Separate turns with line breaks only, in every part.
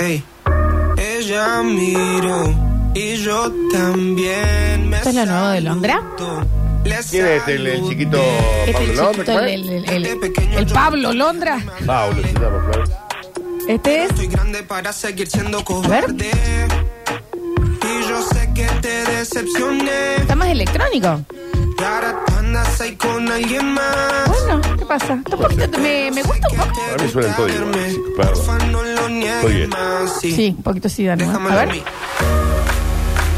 Ey, ella miró y yo también me
¿Esto es lo nuevo de Londra?
saludo. Le
¿Quién es el, el chiquito
Este
Pablo
el
Londra?
chiquito,
¿Cuál es?
el,
pues.
el- el- el- el Pablo Londra.
Pablo, se llama, Flor.
Este es.
Estoy grande para seguir siendo
ver.
cobarde. Y yo sé que te decepcioné.
Está más electrónico.
Y ahora tú andas ahí con alguien más.
Bueno, ¿qué pasa? Está un poquito- me, me gusta un poco.
A mí suena el código,
Verme,
sí, perdón.
porfa, no lo niegues
Estoy bien.
más, sí.
Sí, un poquito sí, Dani.
Déjamelo
A
a
ver.
mí.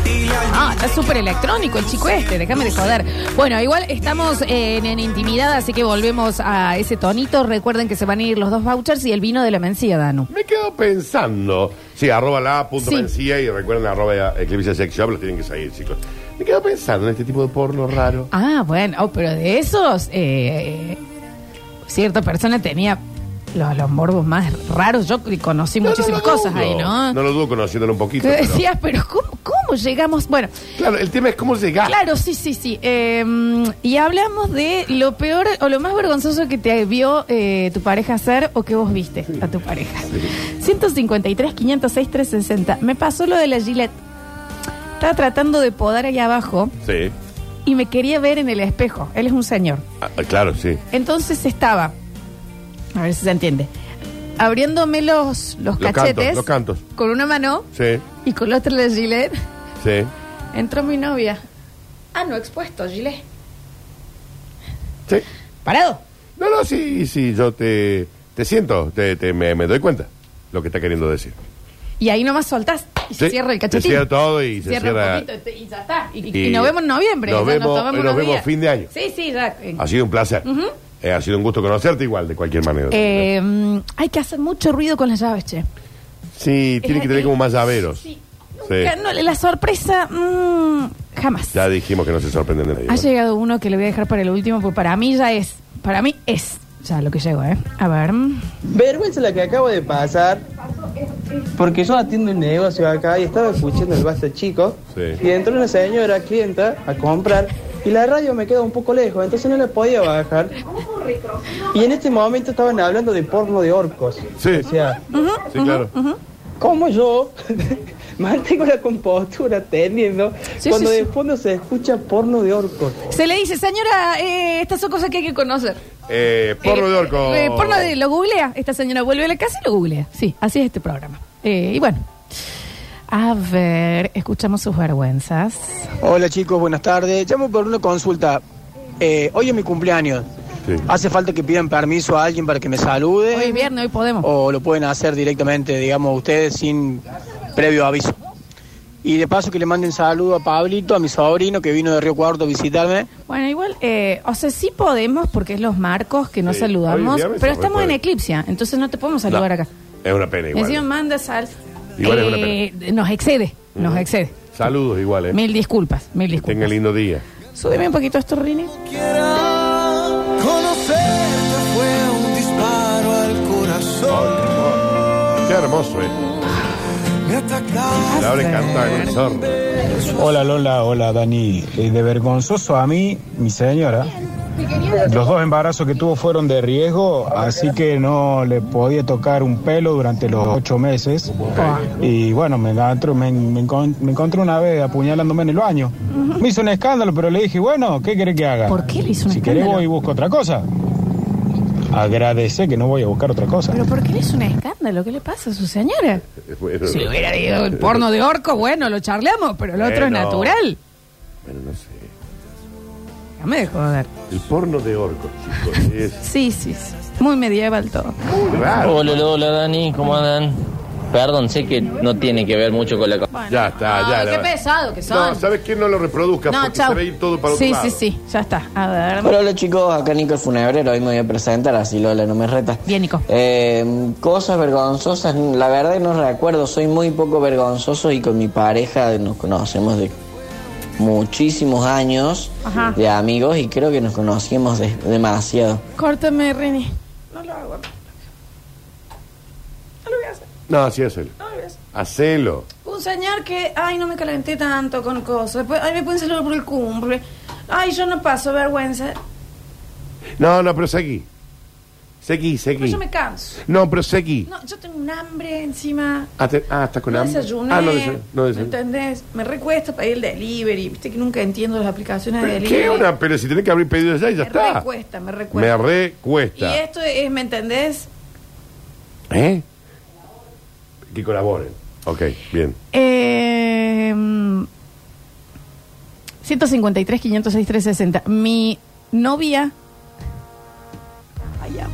Dile al
Ah, está súper electrónico el chico este, déjame de joder. Bueno, igual estamos en, en intimidad, así que volvemos a ese tonito. Recuerden que se van a ir los dos vouchers y el vino de la mencía, Danu.
Me quedo pensando. Sí, arroba la punto
Sí.
Mencía y recuerden arroba Eclipse Sex Shop, los tienen que seguir, chicos. Me quedo pensando en este tipo de porno raro.
Ah, bueno, oh, pero de esos, eh, cierta persona tenía los, los morbos más raros. Yo conocí
No, no
muchísimas
lo
cosas ahí,
dudo.
¿no?
No lo dudo conociéndolo un poquito.
Que
pero-
decías, pero ¿cómo, cómo llegamos? Bueno,
Claro, el tema es cómo llegar.
claro, sí, sí, sí. Eh, y hablamos de lo peor o lo más vergonzoso que te vio eh, tu pareja hacer o que vos viste a tu pareja. 153, 506, 360. Me pasó lo de la Gillette. Estaba tratando de podar ahí abajo
Sí.
y me quería ver en el espejo. Él es un señor.
Ah, ah, claro, sí.
Entonces estaba, a ver si se entiende, abriéndome los, los,
Los cantos,
cachetes
los cantos.
con una mano
Sí,
y con la otra la gilet.
sí.
Entró mi novia. Ah, no, expuesto, gilet.
Sí.
Parado.
No, no, sí, sí, yo te, te siento, te, te- me, me doy cuenta lo que está queriendo decir.
Y ahí nomás soltás y se
Sí,
cierra el
se
cachetín.
cierra todo y se
Cierra un
cierra-
poquito, te- y ya está. Y,
Y
y nos vemos en noviembre.
nos
ya
vemos-
tomamos
nos
unos
vemos
días.
fin de año. Ah,
Sí, sí, ya. eh.
Ha sido un placer.
Ujú.
Eh, ha sido un gusto conocerte igual, de cualquier manera.
Eh, mm, hay que hacer mucho ruido con las llaves, che.
sí, tiene que tener como más llaveros.
Sí.
Sí.
Nunca, no, la sorpresa, mm, jamás.
Ya dijimos que no se sorprenden de nadie.
Ha
¿no?
llegado uno que le voy a dejar para el último, porque para mí ya es. Para mí es. Ya lo que llegó, ¿eh? A ver.
Vergüenza la que acabo de pasar. Porque yo atiendo un negocio acá y estaba escuchando el basta chico.
Sí.
Y entró una señora clienta a comprar. Y la radio me queda un poco lejos, entonces no la podía bajar. Y en este momento estaban hablando de porno de orcos.
Sí.
O sea,
Sí, claro.
¿cómo yo mantengo la compostura atendiendo
Sí,
cuando
sí, sí.
de fondo se escucha porno de orcos?
Se le dice, señora, eh, estas son cosas que hay que conocer.
Eh, porno
Eh,
de orco.
eh, porno de, lo googlea. Esta señora vuelve a la casa y lo googlea. Sí, así es este programa. Eh, y bueno. A ver, escuchamos sus vergüenzas.
Hola chicos, buenas tardes. Llamo por una consulta. Eh, hoy es mi cumpleaños.
Sí.
¿Hace falta que pidan permiso a alguien para que me salude?
Hoy es viernes, hoy podemos.
Oh.
¿O lo pueden hacer directamente, digamos, ustedes sin previo aviso? Y de paso que le manden saludo a Pablito, a mi sobrino que vino de Río Cuarto a visitarme.
Bueno, igual, eh, o sea, sí podemos porque es los marcos que no
Sí, hoy
saludamos,
es viernes,
pero
se
estamos en
puede.
eclipse, ¿ah? entonces no te podemos
No,
saludar acá.
Es una pena igual.
Encima manda sal.
Igual es una
Eh, nos excede, nos
Ujú.
excede.
Saludos igual, ¿eh?
Mil disculpas, mil
Que tenga
disculpas.
lindo día.
Súbeme un poquito estos rines.
Quiera conocerte fue un disparo al corazón.
Qué hermoso, ¿eh?
Me atacaste.
La hora encantada con el zorro.
Hola Lola, hola Dani. Eh, de vergonzoso a mí, mi señora. Los dos embarazos que tuvo fueron de riesgo, así que no le podía tocar un pelo durante los ocho meses. Y bueno, me encontré, me, me encon- me encontré una vez apuñalándome en el baño. Me hizo un escándalo, pero le dije, bueno, ¿qué querés que haga?
¿Por qué le hizo un
Si querés
escándalo?
voy y busco otra cosa. Agradece que no voy a buscar otra cosa.
¿Pero por qué es un escándalo? ¿Qué le pasa a su señora?
Bueno,
Si le hubiera dicho el porno de orco, bueno, lo charlamos, pero el otro es
Bueno.
natural.
bueno, no sé.
Ya me dejó joder.
El porno de orco, chicos. Es
Sí, sí, sí. Muy medieval todo.
muy raro.
Hola, hola, Dani, ¿cómo andan? Perdón, sé que no tiene que ver mucho con la...
Ya está, Ah, ya.
Ay,
la-
qué pesado que son.
No, ¿sabes qué? No lo reproduzca
No,
porque
chau.
se va a ir todo para otro
sí,
lado.
sí, sí. Ya está. A ver.
Hola, hola chicos, acá Nico el Funebrero, hoy me voy a presentar, así Lola no me reta.
Bien, Nico.
Eh, cosas vergonzosas, la verdad no recuerdo, soy muy poco vergonzoso y con mi pareja nos conocemos de muchísimos años
Ajá.
de amigos y creo que nos conocimos de- demasiado.
Córtame, Rini.
No, sí, hacelo. Hacelo.
Un señor que, ay, no me calenté tanto con cosas. Después, ay, me pueden saludar por el cumple. Ay, yo no paso vergüenza.
No, no, pero seguí. Seguí,
Pero
seguí.
Pues yo me canso.
No, pero seguí.
No, yo tengo un hambre encima.
Ah, te- ah, estás con
no
hambre.
desayuné.
Ah, no desayuné. No
¿Me
desayuné.
entendés? Me recuesta pedir el delivery. Viste que nunca entiendo las aplicaciones de
¿Pero
delivery.
¿Qué una? Pero si tenés que abrir pedido ya, y ya
me
está.
recuesta, me
Me
recuesta. y
recuesta.
esto es, ¿me entendés?
¿Eh? Que colaboren. Ok, bien.
Eh, 153, 506, 360. Mi novia. Ay, amo.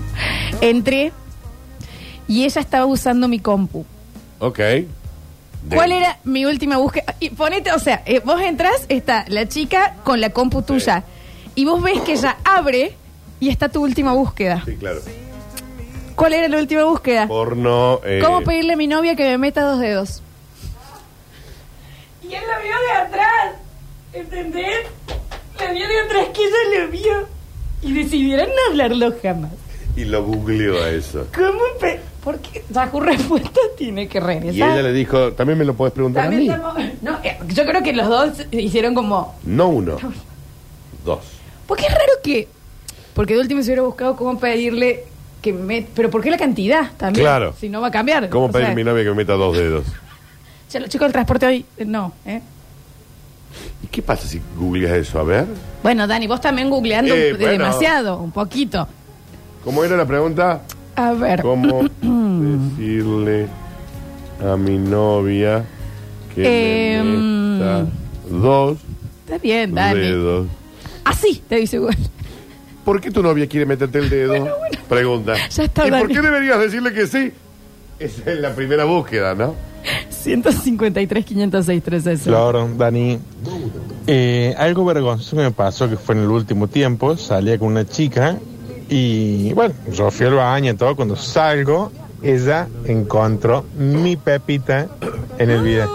Entré y ella estaba usando mi compu.
Ok. De-
¿Cuál era mi última búsqueda? Y ponete, o sea, eh, vos entras, está la chica con la compu tuya. Y vos ves que ella abre y está tu última búsqueda.
Sí, claro.
¿Cuál era la última búsqueda?
Porno. eh,
¿Cómo pedirle a mi novia que me meta dos dedos? Y él la vio de atrás. ¿Entendés? La vio de atrás que ella lo vio. Y decidieron no hablarlo jamás.
Y lo googleó a eso.
¿Cómo? pe- ¿Por qué? Bajo respuesta tiene que regresar.
Y ella le dijo, también me lo podés preguntar a mí.
También estamos- no, eh, yo creo que los dos hicieron como.
No uno. Dos.
Porque es raro que. Porque de último se hubiera buscado cómo pedirle que me. Pero ¿por qué la cantidad también?
Claro.
Si no va a cambiar.
¿Cómo
O
pedir
sea,
a mi novia que me meta dos dedos?
Ya los chicos del transporte hoy. eh, No, ¿eh?
¿Y qué pasa si googleas eso? A ver.
Bueno, Dani, vos también googleando
Eh,
un-
bueno.
demasiado, un poquito.
¿Cómo era la pregunta?
A ver.
¿Cómo decirle a mi novia que
Eh,
me meta dos
Está bien, Dani.
dedos?
Así te dice Google.
¿Por qué tu novia quiere meterte el dedo? Pregunta.
Ya está,
¿Y por
Dani.
qué deberías decirle que sí? Esa es la primera búsqueda, ¿no?
153, 506, 360.
Claro, Dani. Eh, algo vergonzoso que me pasó, que fue en el último tiempo, salía con una chica y bueno, yo fui al baño y todo, cuando salgo, ella encontró mi pepita en el video.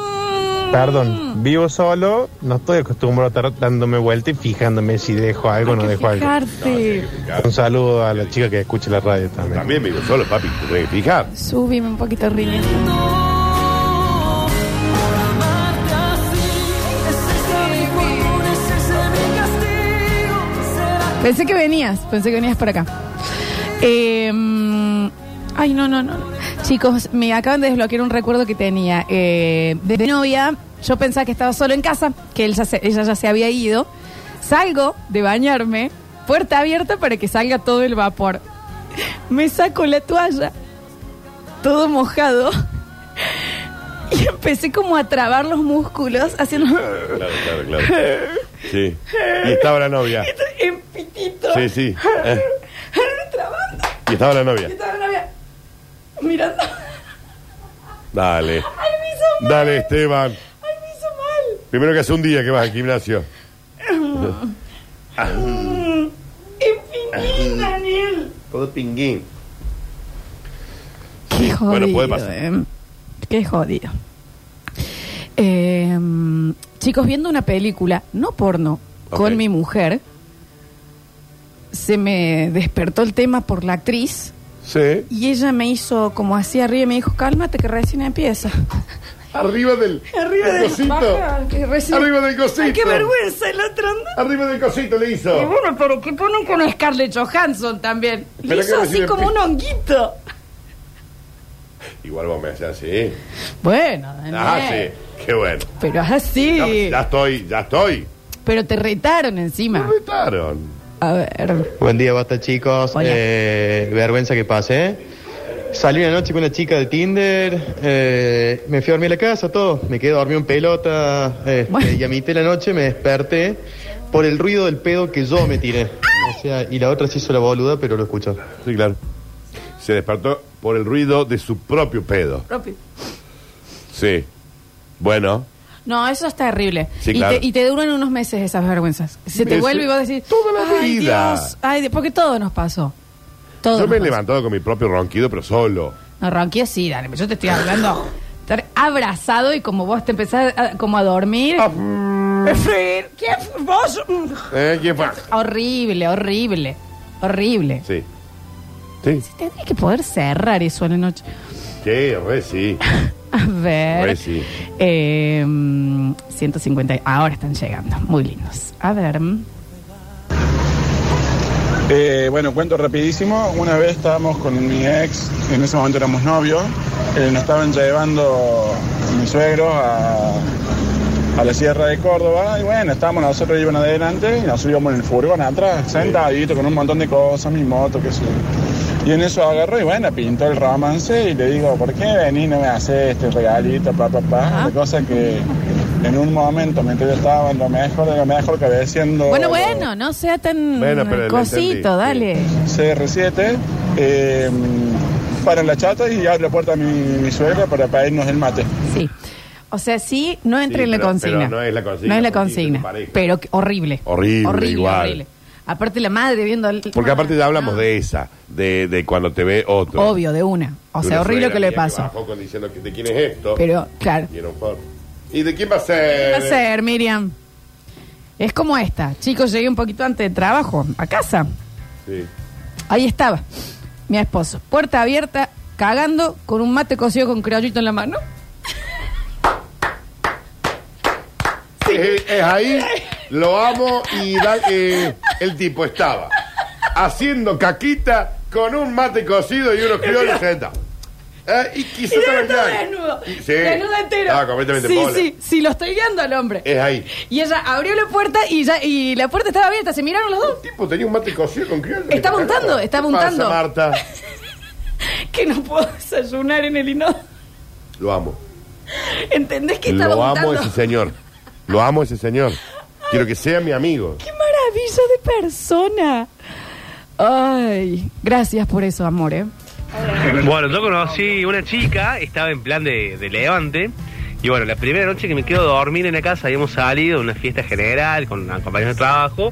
Perdón, vivo solo, no estoy acostumbrado a estar dándome vuelta y fijándome si dejo algo o no
Hay que
dejo algo.
fijarte.
Un saludo a la chica que escucha la radio también.
También me digo solo, papi, te tenés que fijar.
Súbime un poquito, Rini. Pensé que venías, pensé que venías por acá. Eh, mm, ay, no, no, no. Chicos, me acaban de desbloquear un recuerdo que tenía. Eh, de de novia, yo pensaba que estaba solo en casa, que él ya se- ella ya se había ido. Salgo de bañarme, puerta abierta para que salga todo el vapor. Me saco la toalla, todo mojado. Y empecé como a trabar los músculos, haciendo
Claro, claro, claro. Sí. Y estaba la novia.
en pitito.
Sí, sí. Eh,
Trabando.
Y estaba la
Y
novia.
estaba la novia mirando.
Dale.
Ay, me hizo mal.
Dale, Esteban.
Ay, me hizo mal.
Primero que hace un día que vas al gimnasio.
En fin, Daniel.
Todo pinguín.
Qué jodido.
bueno, puede pasar.
eh. Qué jodido. Eh, chicos, viendo una película, no porno,
Ok.
con mi mujer, se me despertó el tema por la actriz
Sí.
y ella me hizo como así arriba y me dijo, cálmate que recién empieza.
Arriba del.
Arriba
del
del-
cosito.
baja, que recién-
Arriba del cosito.
Ay, qué vergüenza el otro anda.
Arriba del cosito le hizo.
Y bueno, pero que ponen con Scarlett Johansson también.
Pero
Le hizo
que
así
recibe
como
pi-
un honguito.
Igual vos me haces así.
Bueno, Daniel.
Ah, sí. Qué bueno.
Pero así.
Ya, ya estoy, ya estoy.
Pero te retaron
Me
encima.
retaron.
A ver.
Buen día, basta chicos.
Hola.
Eh, vergüenza que pasé. Salí una noche con una chica de Tinder, eh, me fui a dormir a la casa, todo. Me quedé dormido en pelota este,
Bueno.
y a mitad de la noche me desperté por el ruido del pedo que yo me tiré. O sea, y la otra se hizo la boluda, pero lo escuchó.
Sí, claro. Se despertó por el ruido de su propio pedo.
Propio.
Sí. Bueno.
No, eso es terrible.
Sí,
y,
claro.
te, y te duran unos meses esas vergüenzas. Se te
Meses.
vuelve y vos decís.
Toda la
ay,
vida".
Dios, ay, Dios", porque todo nos pasó. Todo.
Yo
nos
me he
pasó.
levantado con mi propio ronquido, pero solo.
No, ronquío sí, dale. pero Yo te estoy hablando. Estar abrazado y como vos te empezás a, como a dormir.
Ah,
¿Qué? ¿Vos?
¿Eh? ¿Quién fue?
Horrible, horrible. Horrible.
Sí. Sí.
Tendría que poder cerrar eso a la noche.
Sí, re sí.
A ver.
Ay, sí.
Eh, mm, 150. Ahora están llegando. Muy lindos. A ver. mm.
Eh, bueno, cuento rapidísimo. Una vez estábamos con mi ex, en ese momento éramos novios. eh, nos estaban llevando mis suegros a, a la Sierra de Córdoba. Y bueno, estábamos nosotros, iban adelante y nos subíamos en el furgón atrás, sentadito con un montón de cosas, mi moto, qué sé yo. Y en eso agarro y bueno, pintó el romance y le digo, ¿por qué venís no me haces este regalito, pa, pa, pa?
Ajá.
La cosa que en un momento, mientras yo estaba en lo mejor de lo mejor, cabeceando...
Bueno,
lo-
bueno, no sea tan
Bueno, pero le
cosito,
entendí,
dale.
CR7, eh, para la chata y abre la puerta a mi, mi suegra para pedirnos el mate.
Sí. O sea, sí, no entre
Sí,
en la
pero-
consigna.
pero no es la consigna,
No es la
porque
consigna.
es tu pareja.
Pero que- horrible.
Horrible, igual.
Aparte la madre viendo... al-
Porque aparte ya hablamos
No.
de esa, de, de cuando te ve otro.
Obvio, de una. O
De
sea,
una
horrible
suegra
que le
mía
pasó.
bajó con diciendo que de quién es esto.
Pero, claro.
Y era un forro. ¿Y de quién va a ser?
¿Qué hacer, Miriam? Es como esta. Chicos, llegué un poquito antes de trabajo, a casa.
Sí.
Ahí estaba, mi esposo. Puerta abierta, cagando, con un mate cocido con criollito en la mano.
Es, es ahí, lo amo y da- eh, el tipo estaba haciendo caquita con un mate cocido y unos criollos sentados. Eh, y
Y
quiso
yo estaba
trabajar.
desnudo. Ah,
Y- Sí.
Desnudo entero.
Estaba completamente
sí,
pobre.
sí, sí, lo estoy guiando al hombre.
Es ahí.
Y ella abrió la puerta y ya, y la puerta estaba abierta, se miraron los dos.
El tipo tenía un mate cocido con criollos.
Estaba untando, estaba
¿Qué pasa,
untando.
Marta,
Que no puedo desayunar en el inodoro.
lo amo.
¿Entendés que estaba
Lo amo
untando?
ese señor. Lo amo ese señor. Quiero que sea mi amigo.
¡Qué maravilla de persona! Ay, gracias por eso, amor, ¿eh?
Bueno, yo conocí una chica, estaba en plan de, de levante. Y bueno, la primera noche que me quedo a dormir en la casa, habíamos salido a una fiesta general con compañeros de trabajo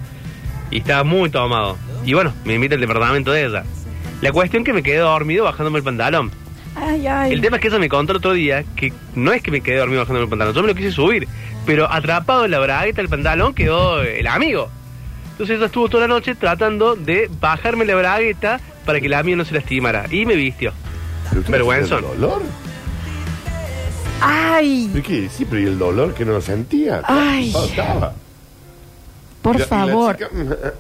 y estaba muy tomado. Y bueno, me invita al departamento de ella. La cuestión que me quedé dormido bajándome el pantalón.
Ay, ay.
El tema es que ella me contó el otro día que no es que me quedé dormido bajándome el pantalón, yo me lo quise subir, pero atrapado en la bragueta del pantalón quedó el amigo. Entonces ella estuvo toda la noche tratando de bajarme la bragueta para que el amigo no se lastimara y me vistió. Vergüenza.
¿El dolor?
Ay,
¿Pero qué? Sí, pero ¿y el dolor que no lo sentía?
Ay.
Ah, estaba.
por
Y la- y la
favor.
chica-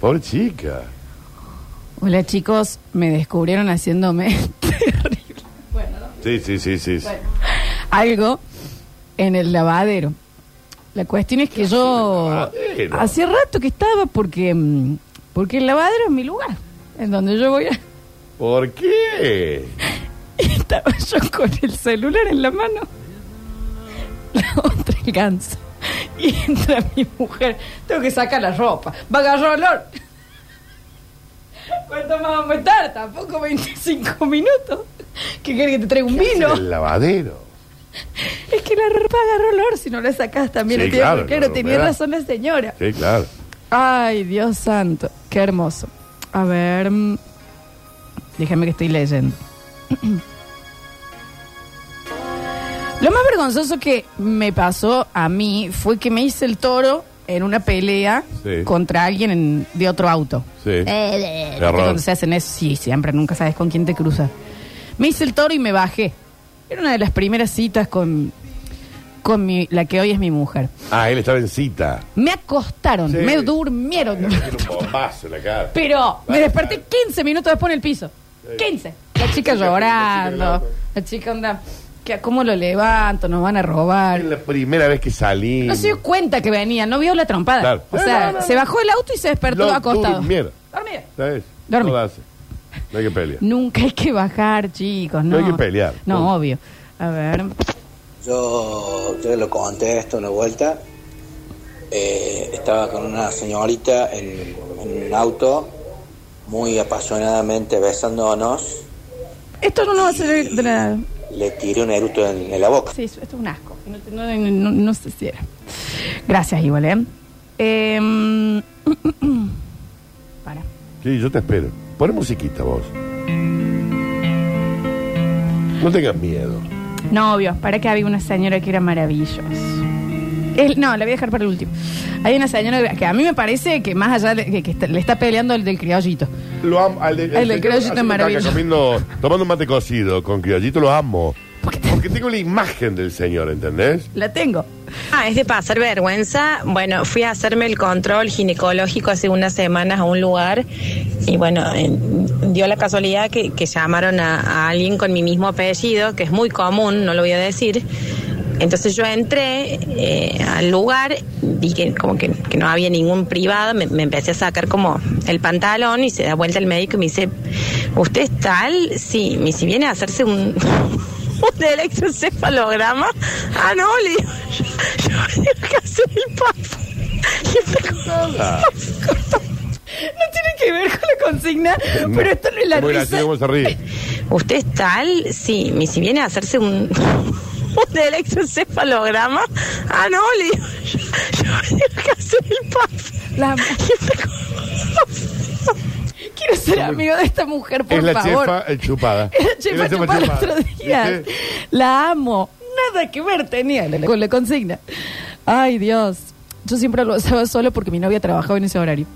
Pobre chica.
Hola, chicos, me descubrieron haciéndome
Sí, sí, sí, sí. sí.
algo en el lavadero. La cuestión es que yo
hacía en el lavadero?
hace rato que estaba porque mm, porque el lavadero es mi lugar, en donde yo voy a
¿Por qué?
y estaba yo con el celular en la mano, la otra el ganso y entra mi mujer, tengo que sacar la ropa, va a agarrar olor. ¿Cuánto más vamos a estar? Tampoco 25 minutos. ¿Qué querés que te traiga un vino?
El lavadero.
Es que la ropa agarró olor si no la sacás también.
Sí,
el tiempo.
claro,
claro,
claro,
tenía
¿verdad?
razón la señora.
Sí, claro.
Ay, Dios santo, qué hermoso. A ver, mm, déjame que estoy leyendo. Lo más vergonzoso que me pasó a mí fue que me hice el toro en una pelea
Sí.
contra alguien en- de otro auto.
Sí.
Eh,
Error.
Cuando se hacen eso, sí, siempre, nunca sabes con quién te cruzas. Me hice el toro y me bajé. Era una de las primeras citas con, con mi- la que hoy es mi mujer.
Ah, él estaba en cita.
Me acostaron,
Sí.
me durmieron.
Tiene un bombazo en la cara.
Pero me
Vale,
desperté
vale.
15 minutos después en el piso. 15. La chica
la
llorando.
chica
La chica anda. que, ¿Cómo lo levanto? Nos van a robar.
Es la primera vez que salí.
No se dio cuenta que venía, no vio la trompada.
Claro.
O sea,
No, no, no.
se bajó del auto y se despertó
Lo
acostado.
durmieron.
Dormido.
¿Sabes?
Dormí.
No hace. No hay que pelear.
Nunca hay que bajar, chicos. No,
No hay que pelear.
No,
Punto.
obvio. A ver.
Yo te lo contesto una vuelta. Eh, estaba con una señorita en, en un auto, muy apasionadamente besándonos.
Esto no nos va a hacer de la.
Le tiré un eructo en, en la boca.
Sí, esto es un asco. No, te- no- no- no sé si era. Gracias, igual, ¿eh? Em, para.
Sí, yo te espero. Pon musiquita vos. No tengas miedo.
Novios, para que había una señora que era maravillosa. Es- no, la voy a dejar para el último. Hay una señora que a mí me parece que más allá de que, que está- le está peleando el del criollito.
Lo amo. Al de,
El de criollito es
haciendo
maravilloso.
caca, comiendo- tomando un mate cocido con criollito, lo amo.
¿Por qué te-
Porque porque tengo la imagen del señor, ¿entendés?
La tengo.
Ah, es de pasar vergüenza. Bueno, fui a hacerme el control ginecológico hace unas semanas a un lugar y bueno, eh, dio la casualidad que, que llamaron a, a alguien con mi mismo apellido, que es muy común, no lo voy a decir. Entonces yo entré eh, al lugar, vi que como que, que no había ningún privado, me, me empecé a sacar como el pantalón y se da vuelta el médico y me dice, ¿usted es tal? Sí, me si viene a hacerse un, un electrocefalograma. Ah, no, le digo, yo, yo tengo que hacer el paso. Y empezó-
No tiene que ver con la consigna, pero esto no es la
Bueno,
risa.
así como se ríe.
¿Usted es tal? Sí, me si viene a hacerse un, un electrocefalograma. Ah, no, le digo, yo, yo tengo que hacer el paso.
Quiero ser amigo de esta mujer, por
es la
favor.
chefa eh, chupada.
La chefa
Es la
chupada el otro día.
¿Viste?
La amo. Nada que ver tenía la- con la consigna. Ay, Dios. Yo siempre lo usaba solo porque mi novia trabajaba en ese horario.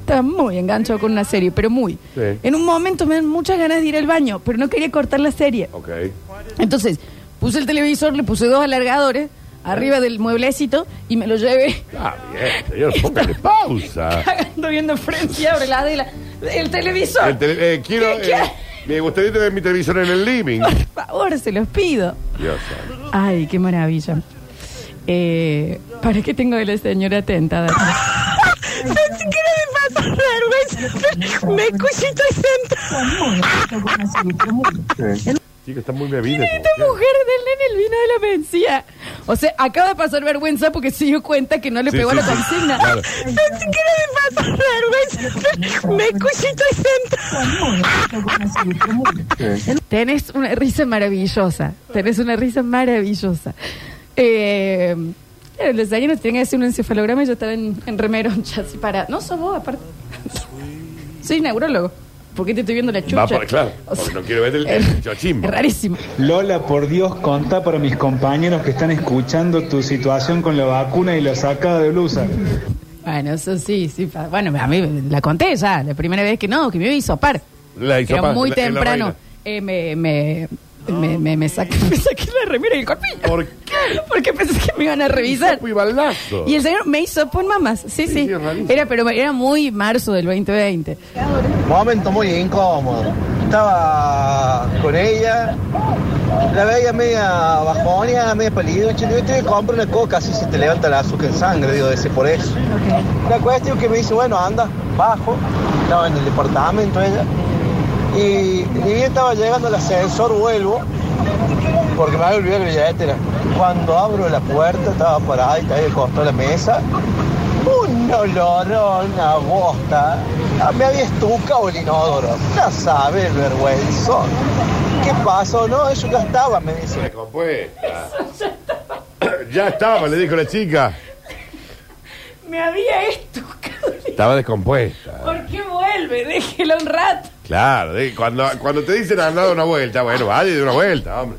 Estaba muy enganchado con una serie, pero muy.
Sí.
En un momento me dan muchas ganas de ir al baño, pero no quería cortar la serie.
Ok.
Entonces, puse el televisor, le puse dos alargadores arriba del mueblecito y me lo llevé
Ah, bien, señor, póngale pausa.
cagando viendo frente y abre la de la- el televisor.
El tele- eh, quiero,
¿Qué- qué?
eh, me gustaría tener mi televisor en el living.
Por favor, se los pido.
Dios santo.
Ay, qué maravilla. Eh, ¿Para qué tengo de la señora atentada?
Pensé que era de paso vergüenza. Me escuché y estoy
Chica, está muy bebida.
Esta mujer del nene el vino de la vencía. O sea, acaba de pasar vergüenza porque se dio cuenta que no le
Sí,
pegó
sí,
la
sí.
consigna.
Claro.
Pensé que era de paso vergüenza. Me escuché y estoy
Tenés una risa maravillosa. Tenés una risa maravillosa. Eh, claro, los años tienen que hacer un encefalograma y yo estaba en, en remeroncha así para. No sos vos, aparte. Soy neurólogo. ¿Por qué te estoy viendo la chucha?
Va por, claro,
O sea,
porque no quiero ver el, el chochimbo.
es rarísimo.
Lola, por Dios, contá para mis compañeros que están escuchando tu situación con la vacuna y la sacada de blusa.
Bueno, eso sí, sí. pa- Bueno, a mí la conté ya, la primera vez que no, que me iba a hisopar.
La
Que
hisopa-
era muy
la- la
temprano.
vaina.
Eh, me, me, me, me, me saqué, me saqué la remera y el corpiño.
¿Por qué?
Porque pensé que me iban a revisar.
Hisopo y balazo.
Y el señor me hizo por mamás. Sí, sí.
sí, es rarísimo.
Era, pero era muy marzo del 2020.
Momento muy incómodo. Estaba con ella, la veía media bajoneada, media pálida. Che, yo te compro una coca, así se te levanta la azúcar en sangre, digo, ese por eso. La cuestión que me dice, bueno, anda, bajo, estaba en el departamento ella. Y, y yo estaba llegando al ascensor, vuelvo, porque me había olvidado que la billetera. Cuando abro la puerta, estaba parada y estaba ahí al costado de la mesa. Un olor, una bosta. Ah, Me había estucado el inodoro. Ya sabe el vergüenzón. ¿Qué pasó? No, eso ya estaba, me dice.
La compuesta. Ya estaba, le dijo la chica.
Me había esto.
Estaba descompuesta.
¿Por qué vuelve? Déjela un rato.
Claro, eh, cuando, cuando te dicen han dado una vuelta, bueno, vale de una vuelta, hombre.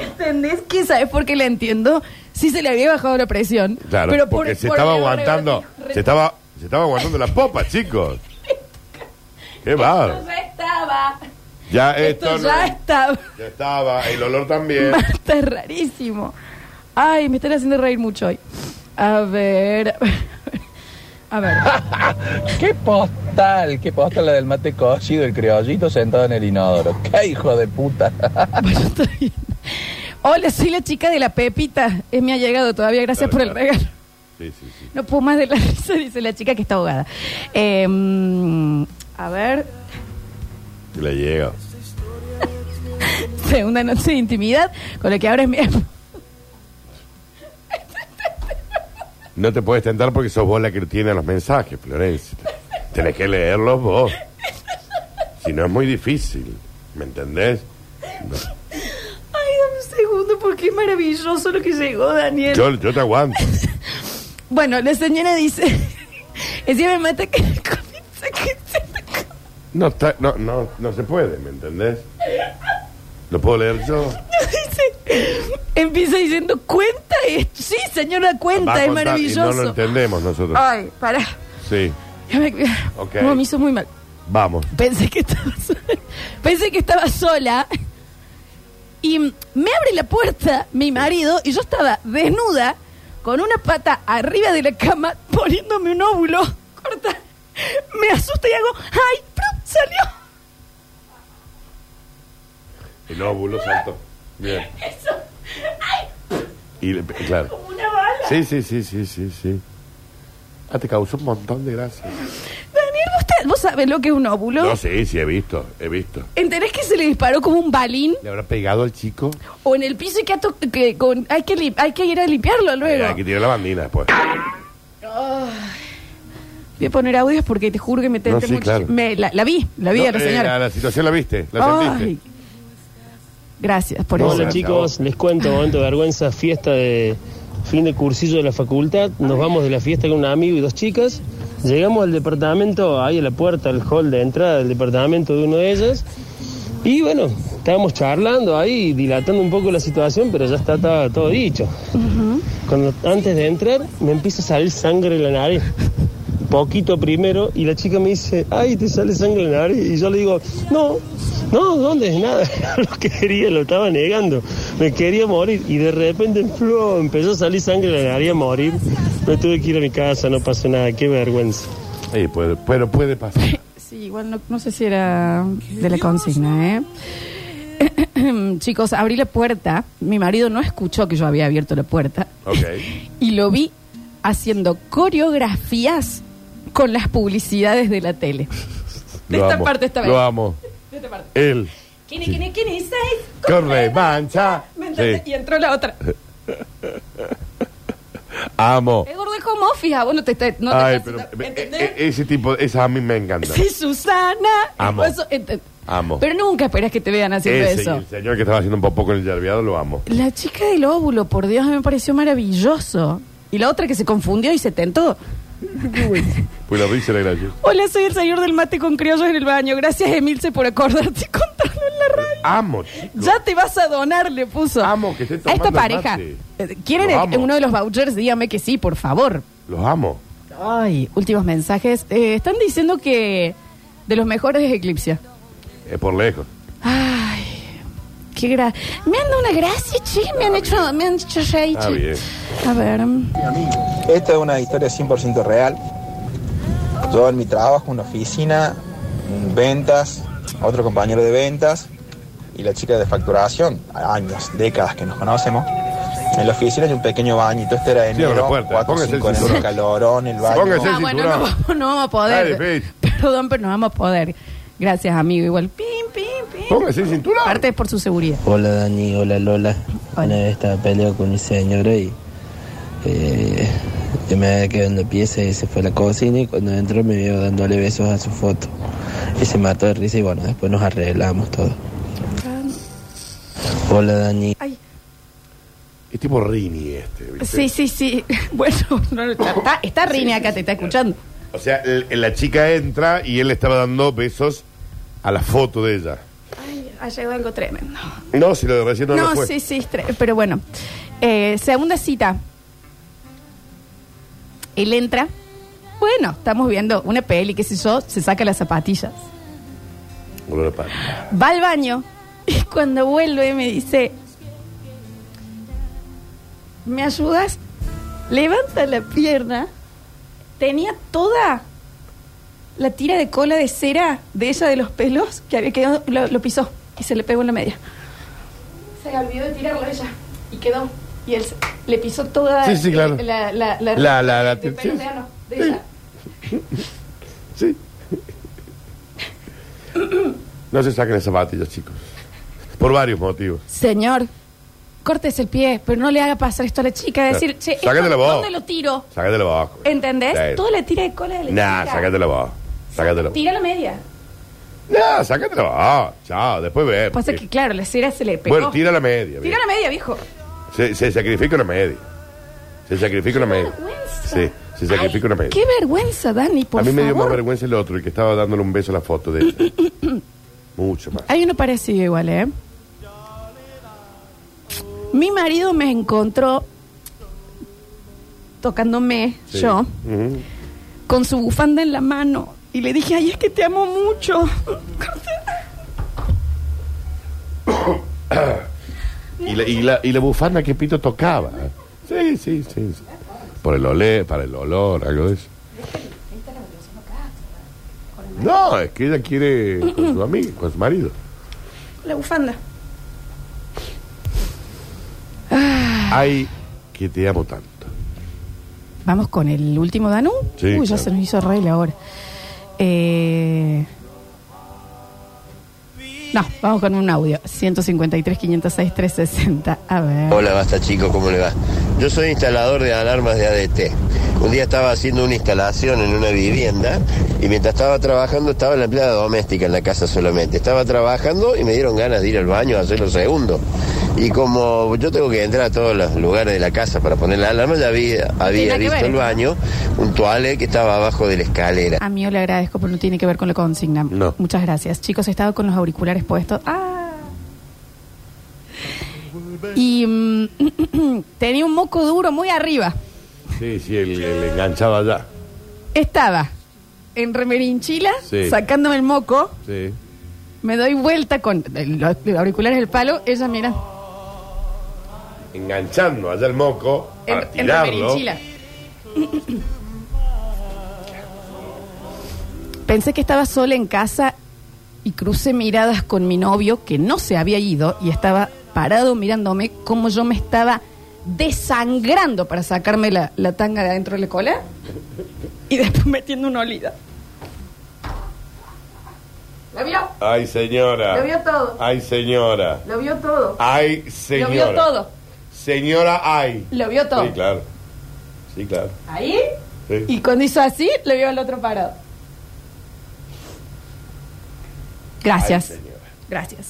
¿Entendés? ¿Quién sabe por qué la entiendo? Sí se le había bajado la presión.
Claro,
pero por-
porque se
por-
estaba
por-
aguantando, se estaba, se estaba aguantando la popa, chicos. Qué bárbaro.
Esto ya estaba.
Ya
Esto
esto no-
ya estaba.
ya estaba, el olor también.
Basta, es rarísimo. Ay, me están haciendo reír mucho hoy. A ver. A ver.
¿Qué postal? ¿Qué postal la del mate cocido, el criollito sentado en el inodoro? ¡Qué hijo de puta!
Hola, soy la chica de la Pepita. Eh, Es mi allegado todavía, gracias por el regalo.
Sí, sí, sí.
No puedo más de la risa, dice la chica que está ahogada. Eh, mm, a ver,
Y Le llega.
segunda noche de intimidad, con lo que ahora es mi...
No te puedes tentar porque sos vos la que tiene los mensajes, Florencia. Tenés que leerlos vos. Si no es muy difícil, ¿me entendés?
Ay, dame un segundo, porque es maravilloso lo que llegó, Daniel.
Yo, yo te aguanto.
Bueno, la señora dice... Encima me mata que...
No, está- no, no, no se puede, ¿me entendés? ¿Lo puedo leer yo?
Dice, empieza diciendo, cuenta esto. Sí, señora, cuenta,
Va a
es
contar y
maravilloso. Ah.
No lo entendemos nosotros.
Ay, pará.
Sí,
Ya me-
Ok.
No, me hizo muy mal.
vamos.
Pensé que estaba sola. Pensé que estaba sola Y mm, me abre la puerta mi marido y yo estaba desnuda, con una pata arriba de la cama, poniéndome un óvulo. Corta. Me asusta y hago, ¡ay! ¡prum! ¡Salió!
El óvulo saltó. Bien.
Eso. ¡Ay!
Y le- claro.
¡Una bala!
Sí, sí, sí, sí, sí, sí. Ah, te causó un montón de gracia.
Daniel, ¿vos, te- vos sabés lo que es un óvulo?
No, sí, sí, he visto, he visto.
¿Entendés que se le disparó como un balín
¿Le habrá pegado al chico?
o en el piso y que, ha to- que con, hay, que li- hay que ir a limpiarlo luego?
Eh, aquí tiene la bandina después.
Ah. Voy a poner audios porque te juro que me tengo
No, sí, claro.
la, la vi, la vi
No,
a la
eh,
señora.
la, la situación la viste, la sentiste.
Ay. Gracias por eso.
Hola chicos, les cuento, momento de vergüenza, fiesta de fin de cursillo de la facultad, nos vamos de la fiesta con un amigo y dos chicas, llegamos al departamento, ahí a la puerta, al hall de entrada del departamento de uno de ellas, y bueno, estábamos charlando ahí, dilatando un poco la situación, pero ya está, estaba todo dicho. Cuando, antes de entrar, me empieza a salir sangre en la nariz. Poquito primero, y la chica me dice, ay, te sale sangre en la nariz. Y yo le digo, no, no, ¿dónde? Nada, lo quería, lo estaba negando. Me quería morir. Y de repente, ¡plum! empezó a salir sangre en la nariz a morir. Me tuve que ir a mi casa, no pasó nada, qué vergüenza.
pero puede pasar.
Sí, igual no, no sé si era de la consigna, ¿eh? Chicos, abrí la puerta. Mi marido no escuchó que yo había abierto la puerta.
Ok.
Y lo vi haciendo coreografías con las publicidades de la tele. De
Lo
esta
amo,
parte esta vez.
Lo amo.
De esta parte.
Él.
¿Quién es, quién es, quién es? Ay,
Con revancha.
¿me entendés?
Sí.
Y entró la otra.
Amo.
Es gordo de home office, a vos no te está... No te
Ay,
estás-
pero eh,
¿entendés?
eh, ese tipo, esa a mí me encanta.
Sí, Susana.
Amo.
Por eso, ent-
Amo.
Pero nunca esperas que te vean haciendo
Ese y
eso.
el señor que estaba haciendo un popó con el yerbeado, lo amo.
La chica del óvulo, por Dios, me pareció maravilloso. Y la otra que se confundió y se tentó.
Pues la risa era graciosa.
Hola, soy el señor del mate con criollos en el baño. Gracias, Emilce, por acordarte y contarlo en la radio.
Amo, chico.
Ya te vas a donar, le puso. Amo
que esté
A esta
tomando
pareja.
mate.
Eh, ¿Quieren
Lo
el-
amo.
uno de los vouchers? Dígame que sí, por favor.
Los amo.
Ay, últimos mensajes. Eh, están diciendo que de los mejores es Eclipse.
Es por lejos.
Ay, qué gra... Me han dado una gracia, che. Me han hecho, me han hecho reír, che. A ver.
Esta es una historia 100% real. Yo en mi trabajo, una oficina, en ventas, otro compañero de ventas y la chica de facturación, años, décadas que nos conocemos. En la oficina hay un pequeño bañito, este era
Cierra la
enero,
puerta,
4
póngase el
5 de enero,
cinturón.
calorón, el baño.
Póngase el
Ah, bueno, no, vamos- no vamos a poder.
Dale, Fitch.
Perdón, pero no vamos a poder. Gracias, amigo. Igual. Pim, pim, pim.
Póngase el cinturón.
Parte es por su seguridad.
Hola Dani, hola Lola. Una vez estaba peleado con mi señora y eh, yo me había quedado en la pieza y se fue a la cocina y cuando entró me vio dándole besos a su foto. Y se mató de risa y bueno, después nos arreglamos todo. Hola Dani.
Ay.
Es tipo Rini este. ¿viste?
Sí, sí, sí. Bueno, no, no, está, está Rini acá, te está escuchando.
O sea, el- la chica entra y él le estaba dando besos a la foto de ella.
Ha llegado algo tremendo.
No, si lo de recién no,
No,
lo fue.
sí, sí, es tre- pero bueno. Eh, segunda cita. Él entra. Bueno, estamos viendo una peli, qué sé yo, se saca las zapatillas.
Olor a pan.
Va al baño y cuando vuelve me dice, ¿me ayudas? Levanta la pierna. Tenía toda la tira de cola de cera de ella de los pelos que había quedado, lo, lo pisó y se le pegó en la media. Se olvidó de tirarlo ella y quedó. Y él se- le pisó toda
Sí, sí, claro.
la, la, la,
La- la- la-
de
sí.
pelo de ano de ella.
No se saquen las zapatillas, chicos. Por varios motivos.
Señor, cortes el pie, pero no le haga pasar esto a la chica. Decir, che, esto,
Sácatela vos.
¿dónde lo tiro?
Sácatela vos.
¿Entendés?
Sí.
Toda la tira de cola de la
Nah,
chica.
sácatela vos. Sácatela vos.
Tira la media.
Nah, sácatela vos. Chao, después ver.
Pasa
Eh,
que, claro, la cera se le pegó.
Bueno, tira la
Tira
media. bien.
la media, viejo.
Se, se sacrifica una media. Se sacrifica una media. Sí, se sacrifica una media.
Qué vergüenza, Dani, por
a mí me dio más
favor.
vergüenza el otro, el que estaba dándole un beso a la foto de ella. Mucho más.
Hay uno parecido igual, ¿eh? Mi marido me encontró tocándome,
Sí.
yo,
Ujú.
con su bufanda en la mano. Y le dije, ay, es que te amo mucho.
Y la, y la, y la bufanda que Pito tocaba. Sí, sí, sí. sí. Por el olé, para el olor, algo de eso. No, es que ella quiere con su amiga, con su marido.
La bufanda.
Ay, que te amo tanto.
Vamos con el último Danú.
Sí,
Uy, ya
claro.
se nos hizo regla ahora. Eh... No, vamos con un audio. 153, 506, 360. A ver.
Hola, basta chicos, ¿cómo le va? Yo soy instalador de alarmas de ADT. Un día estaba haciendo una instalación en una vivienda y mientras estaba trabajando estaba la empleada doméstica en la casa solamente. Estaba trabajando y me dieron ganas de ir al baño a hacer lo segundo. Y como yo tengo que entrar a todos los lugares de la casa para poner la alarma, ya había, había
que
visto
ver,
el
¿no?
baño, un toale que estaba abajo de la escalera.
A mí yo le agradezco, pero no tiene que ver con la consigna.
No.
Muchas gracias. Chicos, estaba con los auriculares puestos. ¡Ah! Y mm, tenía un moco duro muy arriba.
Sí, sí, el, el enganchado allá.
Estaba en remerinchila,
Sí.
sacándome el moco.
Sí.
Me doy vuelta con los auriculares del palo. Ella mira.
Enganchando allá el moco
En,
para
en
tirarlo.
remerinchila. Pensé que estaba sola en casa y crucé miradas con mi novio que no se había ido y estaba parado mirándome como yo me estaba desangrando para sacarme la, la tanga de adentro de la cola y después metiendo una olida. Lo vio,
Ay, señora.
lo vio todo,
Ay, señora.
lo vio todo,
Ay,
lo
señora.
vio todo,
Señora, ay.
lo vio todo.
Sí, claro. Sí, claro.
Ahí,
Sí.
y cuando hizo así, lo vio al otro parado. Gracias.
Ay, señora.
Gracias.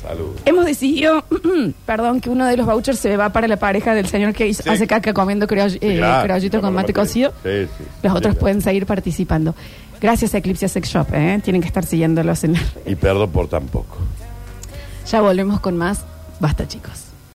Salud.
Hemos decidido, perdón, que uno de los vouchers se va para la pareja del señor que hizo- hace caca comiendo creoll- eh,
Claro,
creollito con mate cocido.
Sí, sí.
Los otros
Sí,
pueden seguir participando. Gracias a Eclipse Sex Shop, ¿eh? tienen que estar siguiéndolos en la red.
Y perdón por tampoco.
Ya volvemos con más. Basta, chicos.